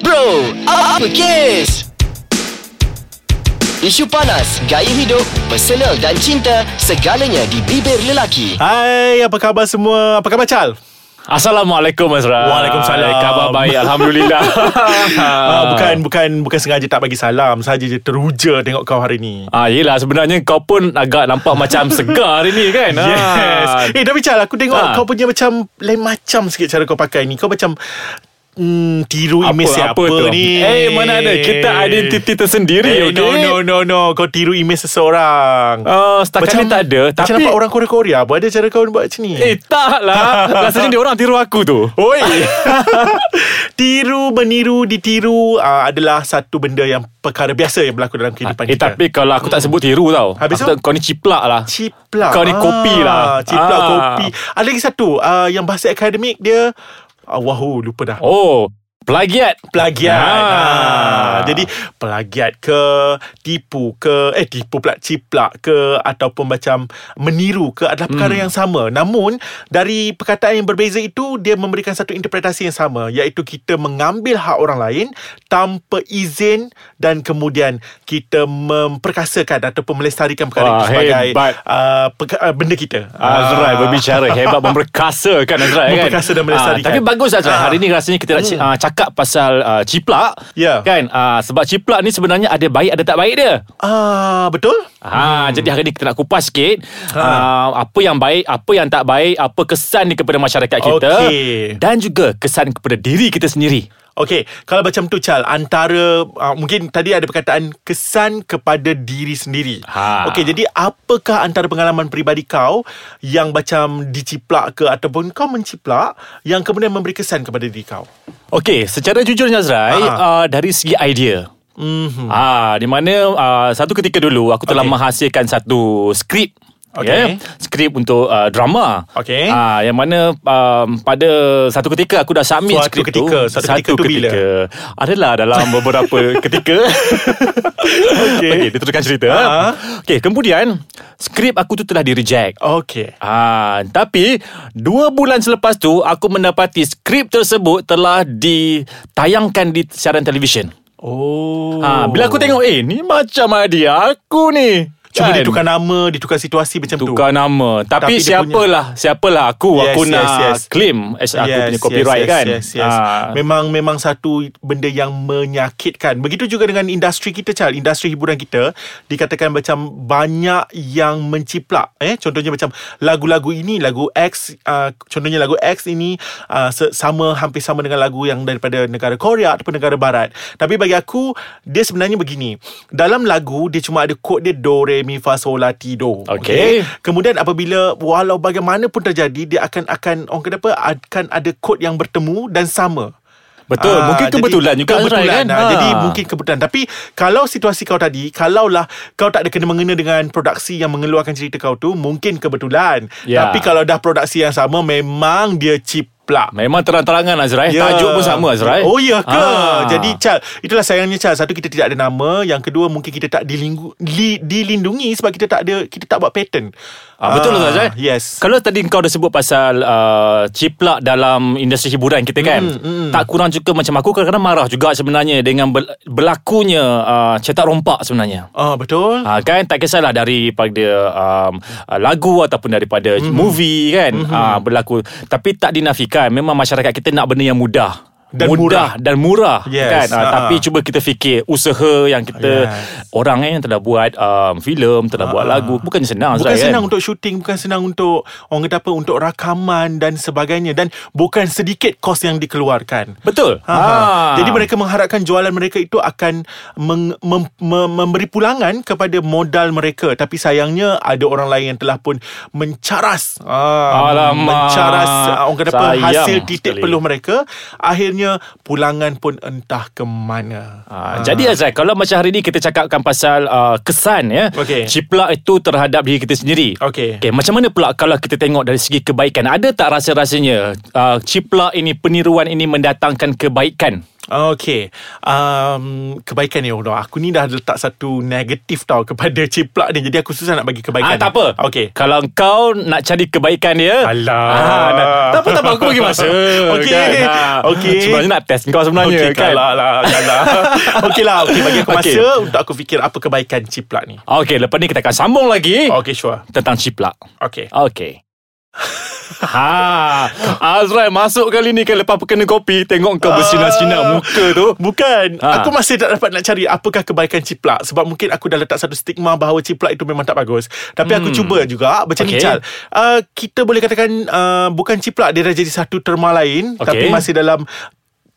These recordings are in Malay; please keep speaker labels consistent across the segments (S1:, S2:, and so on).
S1: Bro, apa kes? Isu panas, gaya hidup, personal dan cinta, segalanya di bibir lelaki.
S2: Hai, apa khabar semua? Apa khabar Chal?
S3: Assalamualaikum Azra
S2: Waalaikumsalam.
S3: Khabar baik Alhamdulillah
S2: Ah, bukan bukan bukan sengaja tak bagi salam, saja je teruja tengok kau hari ni.
S3: Ah yelah sebenarnya kau pun agak nampak macam segar hari ni kan
S2: Yes. Eh, tapi Chal, aku tengok
S3: Ah.
S2: kau punya macam lain macam sikit cara kau pakai ni. Kau macam mm, tiru
S3: apa,
S2: imej siapa
S3: apa tu?
S2: ni?
S3: Eh mana ada Kita identiti tersendiri
S2: Eh,
S3: okay?
S2: no, no, no, no. Kau tiru imej seseorang.
S3: Ah, Setakat ni tak ada
S2: Macam
S3: Tapi
S2: nampak orang Korea-Korea Apa ada cara kau buat macam ni
S3: Eh tak lah Rasanya dia orang tiru aku tu
S2: Oi. Tiru, meniru, ditiru uh, adalah satu benda yang perkara biasa yang berlaku dalam kehidupan
S3: Eh
S2: kita.
S3: tapi kalau aku tak sebut tiru tau
S2: Habis
S3: aku
S2: tu?
S3: tak, Kau ni ciplak lah
S2: ciplak.
S3: Kau ni kopi lah.
S2: Ciplak,
S3: Ah.
S2: kopi. Ada lagi satu uh, yang bahasa akademik dia uh, wahoo lupa dah.
S3: Oh Plagiat
S2: Plagiat ah.
S3: Ah.
S2: Jadi plagiat ke Tipu ke Eh tipu pula Ciplak ke Ataupun macam Meniru ke
S3: Hmm.
S2: Adalah perkara yang sama Namun Dari perkataan yang berbeza itu Dia memberikan satu interpretasi yang sama Iaitu kita mengambil hak orang lain Tanpa izin Dan kemudian Kita memperkasakan Ataupun melestarikan perkara
S3: Wah,
S2: itu Sebagai
S3: hebat.
S2: uh, perka- uh, Benda kita
S3: Azrai
S2: Ah.
S3: berbicara hebat memperkasa kan Azrai kan
S2: Memperkasa dan melestarikan.
S3: Ah, Tapi bagus Azrai
S2: Ah. Hmm.
S3: Hari ni rasanya kita nak ci- ah, cakap pasal ah, ciplak
S2: Ya.
S3: Kan Ah, Sebab ciplak ni sebenarnya ada baik ada tak baik dia
S2: Ah, Betul?
S3: Ha,
S2: Hmm.
S3: Jadi hari ni kita nak kupas sikit
S2: Ha.
S3: ah, Apa yang baik, apa yang tak baik Apa kesan dia kepada masyarakat kita
S2: Okey.
S3: Dan juga kesan kepada diri kita sendiri
S2: Okey, kalau macam tu Chal, antara uh, mungkin tadi ada perkataan kesan kepada diri sendiri.
S3: Ha.
S2: Okey, jadi apakah antara pengalaman peribadi kau yang macam diciplak ke ataupun kau menciplak yang kemudian memberi kesan kepada diri kau?
S3: Okey, secara jujurnya Azrai,
S2: Ha.
S3: uh, dari segi idea. Mm-hmm. Ah, di mana uh, satu ketika dulu aku telah
S2: Mhm. Okey.
S3: menghasilkan satu skrip
S2: Okey.
S3: Okay. Skrip untuk uh, drama
S2: Okey.
S3: ah, Yang mana um, pada satu ketika aku dah submit
S2: Suatu
S3: skrip
S2: ketika,
S3: tu
S2: satu ketika tu bila?
S3: Adalah dalam beberapa ketika
S2: Okey.
S3: Okey, dia teruskan cerita eh.
S2: Ha.
S3: Okey, kemudian skrip aku tu telah di reject
S2: Okey.
S3: Ah, tapi dua bulan selepas tu aku mendapati skrip tersebut telah ditayangkan di siaran televisyen.
S2: Oh.
S3: Ah, bila aku tengok eh ni macam idea aku ni. Kan?
S2: cuma ditukar nama, ditukar situasi macam tu.
S3: tukar nama.
S2: Tapi
S3: Tapi,
S2: dia
S3: siapalah, siapalah aku
S2: Yes,
S3: aku
S2: yes,
S3: nak
S2: yes.
S3: claim as aku punya copyright
S2: yes,
S3: kan.
S2: Yes, yes.
S3: Ah.
S2: Memang memang satu benda yang menyakitkan. Begitu juga dengan industri kita Chal, industri hiburan kita dikatakan macam banyak yang menciplak. Eh contohnya macam lagu-lagu ini, lagu X uh, contohnya lagu X ini uh, se- sama hampir sama dengan lagu yang daripada negara Korea ataupun negara barat. Tapi bagi aku dia sebenarnya begini. Dalam lagu dia cuma ada kod dia do re mi fa sol la ti do.
S3: Okey.
S2: Kemudian apabila walau bagaimana pun terjadi dia akan akan orang kata apa akan ada kod yang bertemu dan sama.
S3: Betul,
S2: Ah,
S3: mungkin
S2: jadi
S3: kebetulan juga Azrai,
S2: kebetulan,
S3: kan?
S2: ah,
S3: Ah.
S2: Jadi mungkin kebetulan Tapi kalau situasi kau tadi Kalaulah kau tak ada kena-mengena dengan Produksi yang mengeluarkan cerita kau tu Mungkin kebetulan
S3: Ya.
S2: Tapi kalau dah produksi yang sama Memang dia ciplak
S3: Memang terang-terangan Azrai.
S2: Ya.
S3: Tajuk pun sama Azrai.
S2: Oh ya ke
S3: Ah.
S2: Jadi Chal Itulah sayangnya Chal Satu kita tidak ada nama Yang kedua mungkin kita tak dilinggu, li, dilindungi Sebab kita tak ada Kita tak buat pattern
S3: Ah, betul tu Azrai Kan-
S2: Yes
S3: Kalau tadi kau dah sebut pasal uh, Ciplak dalam industri hiburan kita kan
S2: Hmm,
S3: mm, mm. Tak kurang juga macam aku Kadang-kadang marah juga sebenarnya Dengan bel- berlakunya uh, Cetak rompak sebenarnya
S2: Ah betul.
S3: Ha, kan tak kisahlah daripada um, ah, lagu ataupun daripada
S2: Hmm,
S3: mm-hmm. movie kan mm-hmm. ha, berlaku tapi tak dinafikan memang masyarakat kita nak benda yang mudah
S2: Dan murah.
S3: mudah dan murah
S2: Yes,
S3: kan ha,
S2: ha.
S3: tapi cuba kita fikir usaha yang kita
S2: Yes. Ah,
S3: orang eh, yang telah buat um, filem telah buat lagu bukannya senang
S2: Bukan
S3: Zai,
S2: senang
S3: kan?
S2: untuk syuting, bukan senang untuk orang kata apa untuk rakaman dan sebagainya dan bukan sedikit kos yang dikeluarkan.
S3: betul
S2: Ha.
S3: Ah.
S2: Jadi mereka mengharapkan jualan mereka itu akan meng, mem, mem, memberi pulangan kepada modal mereka tapi sayangnya ada orang lain yang telah pun mencaras ah,
S3: Alamak.
S2: mencaras ah, orang kata apa
S3: Sayang
S2: hasil titik
S3: sekali.
S2: peluh mereka akhirnya pulangan pun entah ke mana.
S3: Ah. Jadi Azrai Kalau macam hari ni Kita cakapkan pasal uh, Kesan ya
S2: Okey.
S3: Ciplak itu terhadap diri kita sendiri
S2: Okey.
S3: okay Macam mana pula Kalau kita tengok dari segi kebaikan Ada tak rasa-rasanya uh, Ciplak ini Peniruan ini Mendatangkan kebaikan
S2: Okay um, Kebaikan ni Allah Aku ni dah letak satu negatif tau Kepada ciplak ni Jadi aku susah nak bagi kebaikan
S3: Ah,
S2: ni.
S3: tak apa.
S2: Okay
S3: Kalau kau nak cari kebaikan dia.
S2: Alah.
S3: nak, tak apa tak apa aku bagi masa.
S2: Okey, Ah. okey.
S3: Sebenarnya nak test kau
S2: Okay
S3: sebenarnya kan.
S2: kalah lah Kalah Okay lah Okay bagi aku masa
S3: Okay.
S2: Untuk aku fikir Apa kebaikan ciplak ni
S3: Okey, lepas ni kita akan sambung lagi
S2: Okay sure
S3: tentang ciplak.
S2: Okay
S3: Okey. ha, Azrai masuk kali ni kan lepas kena kopi tengok kau
S2: Ah.
S3: bersinar-sinar muka tu.
S2: Bukan
S3: Ha.
S2: Aku masih tak dapat nak cari Apakah kebaikan ciplak Sebab mungkin aku dah letak Satu stigma bahawa Ciplak itu memang tak bagus Tapi aku
S3: Hmm.
S2: cuba juga Macam ni
S3: Okay.
S2: Chal uh, Kita boleh katakan uh, Bukan ciplak Dia dah jadi satu terma lain
S3: Okay.
S2: Tapi masih dalam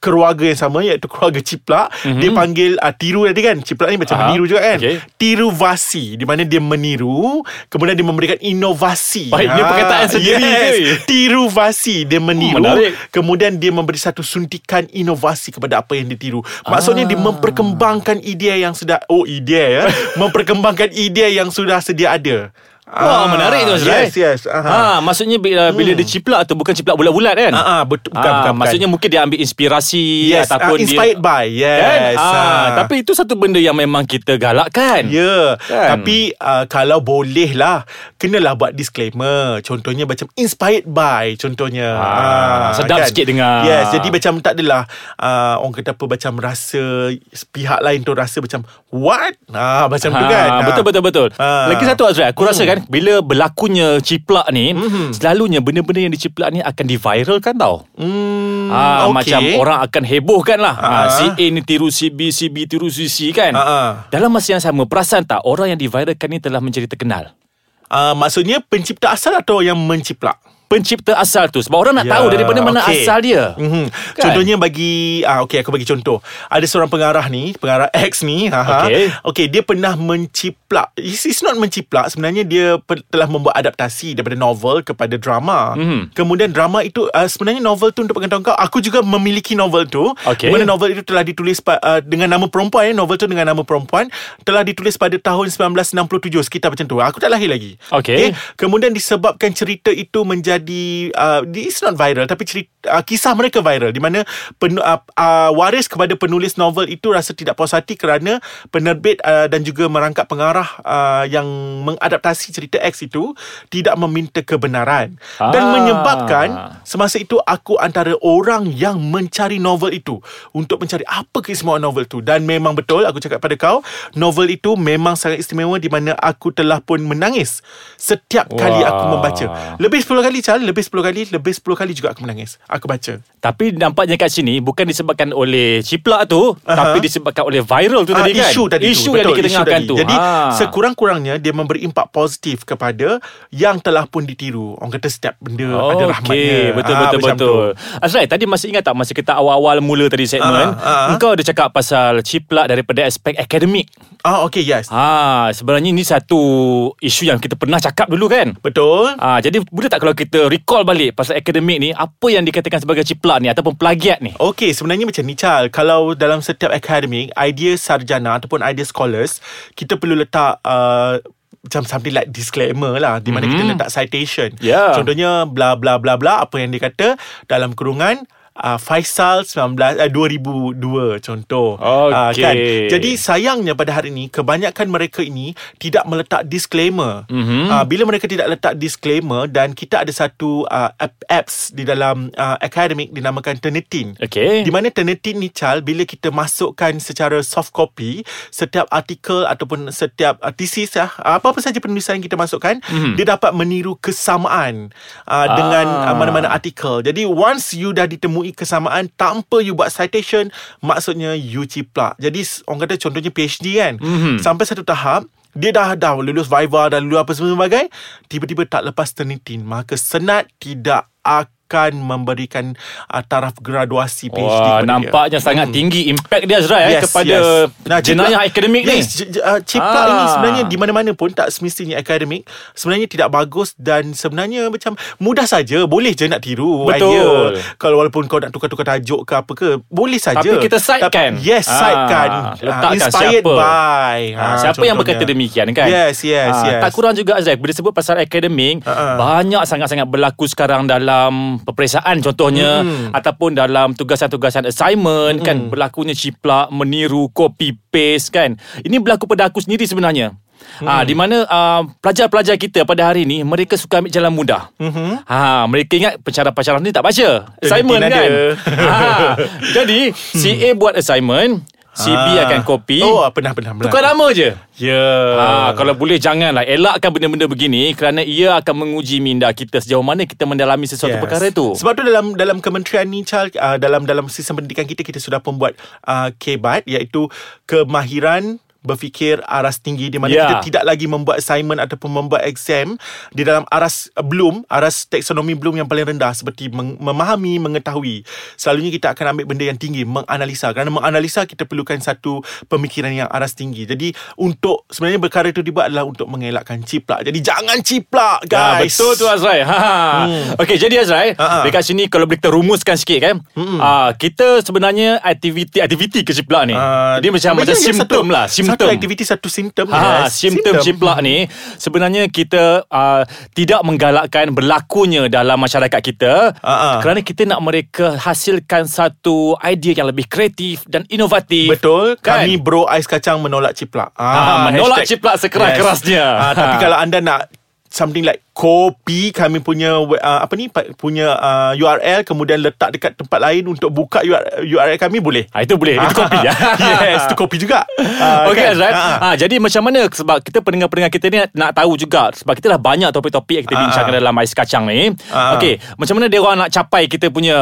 S2: keluarga yang sama iaitu keluarga ciplak mm-hmm.
S3: Mhm.
S2: dia panggil uh, tiru tadi kan ciplak ni macam
S3: Aha.
S2: meniru juga kan
S3: Okay.
S2: tiruvasi di mana dia meniru kemudian dia memberikan inovasi Ah,
S3: Baik, dia perkataan sendiri
S2: yes.
S3: ke?
S2: tiruvasi dia meniru
S3: Oh, menarik.
S2: Kemudian dia memberi satu suntikan inovasi kepada apa yang ditiru. Maksudnya
S3: Ah.
S2: dia memperkembangkan idea yang sudah oh idea ya, memperkembangkan idea yang sudah sedia ada.
S3: Ah. Wah, menarik tu, Azrai.
S2: Ah. Yes, yes. Aha. Hmm.
S3: Ha, maksudnya bila, bila dia ciplak tu bukan ciplak bulat-bulat kan?
S2: Ah, ah, betul- bukan, bukan,
S3: Ah,
S2: bukan.
S3: Maksudnya mungkin dia ambil inspirasi
S2: Yes,
S3: ataupun
S2: uh, inspired
S3: dia
S2: by. Yes.
S3: kan? Ah,
S2: ah.
S3: tapi itu satu benda yang memang kita galakkan.
S2: Ya
S3: Kan?
S2: kan? Tapi uh, Kalau boleh lah Kenalah buat disclaimer Contohnya macam Inspired by Contohnya kan?
S3: Ah, sedap sikit dengar.
S2: Yes Jadi macam tak adalah uh, Orang kata apa Macam rasa Pihak lain tu rasa macam What? Ah, macam tu kan
S3: Ah, Betul betul betul.
S2: Ah.
S3: Lagi satu Azrai, aku rasa kan bila berlakunya ciplak ni, selalunya benda-benda yang diciplak ni akan diviralkan tau.
S2: hmm,
S3: Ah,
S2: okay.
S3: macam orang akan hebohkan lah. Ah,
S2: Ah.
S3: si A ni tiru si B, si B tiru si C kan.
S2: Ah, ah.
S3: Dalam masa yang sama, perasan tak orang yang diviralkan ni telah menjadi terkenal?
S2: uh, Maksudnya Pencipta asal atau yang menciplak?
S3: Pencipta asal tu sebab orang nak
S2: Ya,
S3: tahu daripada mana
S2: okey.
S3: asal dia.
S2: Mm-hmm.
S3: Kan?
S2: Kan? Contohnya bagi ah okey aku bagi contoh. Ada seorang pengarah ni, pengarah X ni, ha
S3: Okey.
S2: okay. okey dia pernah menciplak. It's, it's not menciplak, sebenarnya dia pe- telah membuat adaptasi daripada novel kepada drama.
S3: Mhm.
S2: Mm-hmm. Kemudian drama itu uh, sebenarnya novel tu untuk pengetahuan kau, aku juga memiliki novel tu.
S3: Okey.
S2: Di mana novel itu telah ditulis pa- uh, dengan nama perempuan eh, novel tu dengan nama perempuan telah ditulis pada tahun 1967 sekitar macam tu. Aku tak lahir lagi. Eh,
S3: Okey.
S2: Kemudian disebabkan cerita itu menjadi uh, it's not viral tapi cerita uh, kisah mereka viral di mana pen, uh, uh, waris kepada penulis novel itu rasa tidak puas hati kerana penerbit uh, dan juga merangkap pengarah uh, yang mengadaptasi cerita X itu tidak meminta kebenaran dan
S3: Ah.
S2: menyebabkan semasa itu aku antara orang yang mencari novel itu untuk mencari apa keistimewaan novel itu dan memang betul aku cakap pada kau novel itu memang sangat istimewa di mana aku telah pun menangis setiap kali
S3: Wah.
S2: aku membaca. Lebih 10 kali Chal, lebih 10 kali, lebih 10 kali juga aku menangis. Aku baca.
S3: Tapi nampaknya kat sini bukan disebabkan oleh ciplak tu, tapi disebabkan oleh viral tu
S2: Ah,
S3: tadi kan.
S2: isu tadi
S3: isu
S2: tu,
S3: yang
S2: betul,
S3: diketengahkan
S2: isu
S3: tu.
S2: Jadi
S3: Ah.
S2: sekurang-kurangnya dia memberi impak positif kepada yang telah pun ditiru. Orang kata setiap benda ada rahmatnya.
S3: Oh, Okey, betul
S2: Ah,
S3: betul
S2: macam tu.
S3: betul. Azrai, tadi masih ingat tak masa kita awal-awal mula tadi segmen,
S2: Ah, ah.
S3: engkau ada cakap pasal ciplak daripada aspek akademik.
S2: Ah okey yes.
S3: Ha, sebenarnya ini satu isu yang kita pernah cakap dulu kan?
S2: Betul.
S3: Ah, jadi boleh tak kalau kita recall balik pasal akademik ni, apa yang dikatakan sebagai ciplak ni ataupun plagiat ni?
S2: Okey, sebenarnya macam ni Chal. Kalau dalam setiap akademik, idea sarjana ataupun idea scholars, kita perlu letak uh, macam something like disclaimer lah di mana mm-hmm. kita letak citation.
S3: Yeah.
S2: Contohnya bla bla bla bla apa yang dia kata dalam kurungan Uh, Faisal 19 uh, 2002 contoh Ah,
S3: Okey.
S2: kan jadi sayangnya pada hari ini kebanyakan mereka ini tidak meletak disclaimer mm-hmm. uh, bila mereka tidak letak disclaimer dan kita ada satu uh, app- apps di dalam uh, academic dinamakan Turnitin
S3: Okey.
S2: di mana Turnitin ni Chal Bila kita masukkan secara soft copy Setiap artikel Ataupun setiap uh, thesis lah, uh, Apa-apa saja penulisan yang kita masukkan mm-hmm. Dia dapat meniru kesamaan uh, Dengan
S3: Ah.
S2: uh, mana-mana artikel Jadi once you dah ditemui kesamaan Tanpa you buat citation Maksudnya you ciplak Jadi s- orang kata contohnya PhD kan mm-hmm. Sampai satu tahap dia dah dah lulus Viva dan lulus apa semua sebagainya tiba-tiba tak lepas Turnitin maka senat tidak akan memberikan uh, taraf graduasi PhD
S3: Wah,
S2: kepada
S3: nampaknya
S2: dia.
S3: sangat tinggi impact dia Azrai eh, kepada jenayah akademik
S2: yes,
S3: ni.
S2: je- je- uh, ciplak
S3: Ah.
S2: ini sebenarnya di mana-mana pun tak semestinya akademik sebenarnya tidak bagus dan sebenarnya macam mudah saja boleh je nak tiru
S3: Betul.
S2: idea kalau walaupun kau nak tukar-tukar tajuk ke apa ke boleh saja
S3: Tapi kita sidekan.
S2: Tapi- yes
S3: Ah,
S2: sidekan Ah,
S3: letakkan
S2: inspired
S3: siapa.
S2: by Ah,
S3: Ha, siapa yang berkata demikian kan?
S2: Yes, yes, yes.
S3: Tak kurang juga Azrai Bila sebut pasal akademik
S2: Ha, ha.
S3: Banyak sangat-sangat berlaku sekarang dalam peperiksaan contohnya
S2: Hmm.
S3: mm. ataupun dalam tugasan-tugasan assignment mm. kan berlakunya ciplak, meniru, copy paste kan. Ini berlaku pada aku sendiri sebenarnya. Hmm. Ha, di mana uh, pelajar-pelajar kita pada hari ni mereka suka ambil jalan mudah.
S2: Mhm.
S3: Mm-hmm. Ha, mereka ingat pencara-pencara ni tak baca.
S2: Eh,
S3: Assignment
S2: mungkin
S3: kan.
S2: ada.
S3: Ha, jadi si A buat assignment, si B
S2: Ah.
S3: akan copy.
S2: Oh pernah pernah pernah.
S3: Tukar nama je.
S2: Ya yeah.
S3: Ha, kalau boleh janganlah elakkan benda-benda begini kerana ia akan menguji minda kita sejauh mana kita mendalami sesuatu yes. perkara itu.
S2: Sebab tu dalam dalam kementerian ni Charles uh, dalam dalam sistem pendidikan kita kita sudah pun buat uh, KBAT iaitu kemahiran berfikir aras tinggi di mana
S3: Ya.
S2: yeah. kita tidak lagi membuat assignment ataupun membuat exam di dalam aras uh, Bloom, aras taksonomi Bloom yang paling rendah seperti meng- memahami, mengetahui. Selalunya kita akan ambil benda yang tinggi, menganalisa. Kerana menganalisa kita perlukan satu pemikiran yang aras tinggi. Jadi untuk sebenarnya perkara itu dibuat adalah untuk mengelakkan ciplak. Jadi jangan ciplak
S3: Ah,
S2: guys.
S3: betul tu Azrai. Ha. Hmm. Okey, jadi
S2: Ha,
S3: Azrai,
S2: Hmm. ha.
S3: dekat sini kalau boleh kita rumuskan sikit kan. Ah, kita sebenarnya aktiviti aktiviti keciplak ni.
S2: Ah,
S3: Dia macam
S2: sebenarnya
S3: macam simptom
S2: satu,
S3: lah,
S2: Satu
S3: simptom.
S2: aktiviti satu simptom. lah.
S3: Ha, simptom ciplak ni sebenarnya kita uh, tidak menggalakkan berlakunya dalam masyarakat kita
S2: Ha, ha.
S3: kerana kita nak mereka hasilkan satu idea yang lebih kreatif dan inovatif.
S2: Betul
S3: Kan?
S2: kan? Kami bro ais kacang menolak ciplak
S3: Ah, menolak ciplak sekeras-kerasnya.
S2: Ah, Tapi
S3: Ah.
S2: kalau anda nak Something like kopi Kami punya uh, Apa ni pa- Punya uh, URL Kemudian letak dekat tempat lain Untuk buka URL, URL kami boleh
S3: Ha, itu boleh, itu kopi ya.
S2: Yes Itu kopi juga Ah,
S3: Okay
S2: kan?
S3: kan? Azrael
S2: Ah, ah.
S3: ha, Jadi macam mana Sebab kita pendengar-pendengar kita ni Nak tahu juga Sebab kita dah banyak topik-topik Yang kita
S2: Ah,
S3: bincangkan
S2: ah.
S3: dalam Ais Kacang ni
S2: Ah, ah.
S3: Okay Macam mana dia orang nak capai Kita punya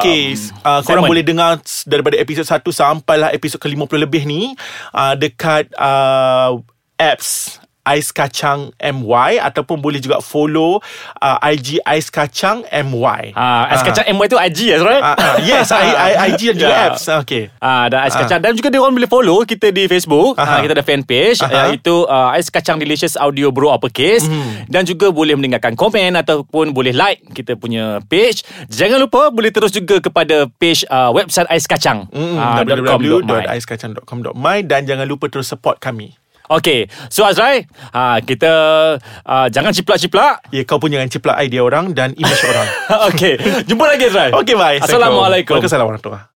S2: Okay,
S3: um,
S2: um, uh, korang
S3: segmen?
S2: boleh dengar s- daripada episod 1 sampailah episod ke-50 lebih ni uh, dekat uh, apps Ais Kacang MY ataupun boleh juga follow uh, IG Ais Kacang MY.
S3: Ah, Ais Kacang MY tu IG Azrael
S2: Uh, uh, yes, I, I, IG dan juga
S3: Ya.
S2: apps. Okay.
S3: Ah, dan Ais Kacang Dan juga dia orang boleh follow Kita di Facebook
S2: Aha.
S3: ah, Kita ada fanpage
S2: Aha. Hmm.
S3: Iaitu ah, Ais Kacang Delicious Audio Bro Uppercase mm. Dan juga boleh meninggalkan komen Ataupun boleh like Kita punya page Jangan lupa Boleh terus juga kepada Page ah, website Ais Kacang
S2: Mm,
S3: ah, .com.my.
S2: www.aiskacang.com.my dan jangan lupa terus support kami.
S3: Okay So Azrai ha, Kita uh, Jangan ciplak-ciplak
S2: Ya, kau pun jangan ciplak idea orang dan image orang.
S3: Okay Jumpa lagi Azrai
S2: Okay, bye.
S3: Assalamualaikum
S2: Waalaikumsalam warahmatullahi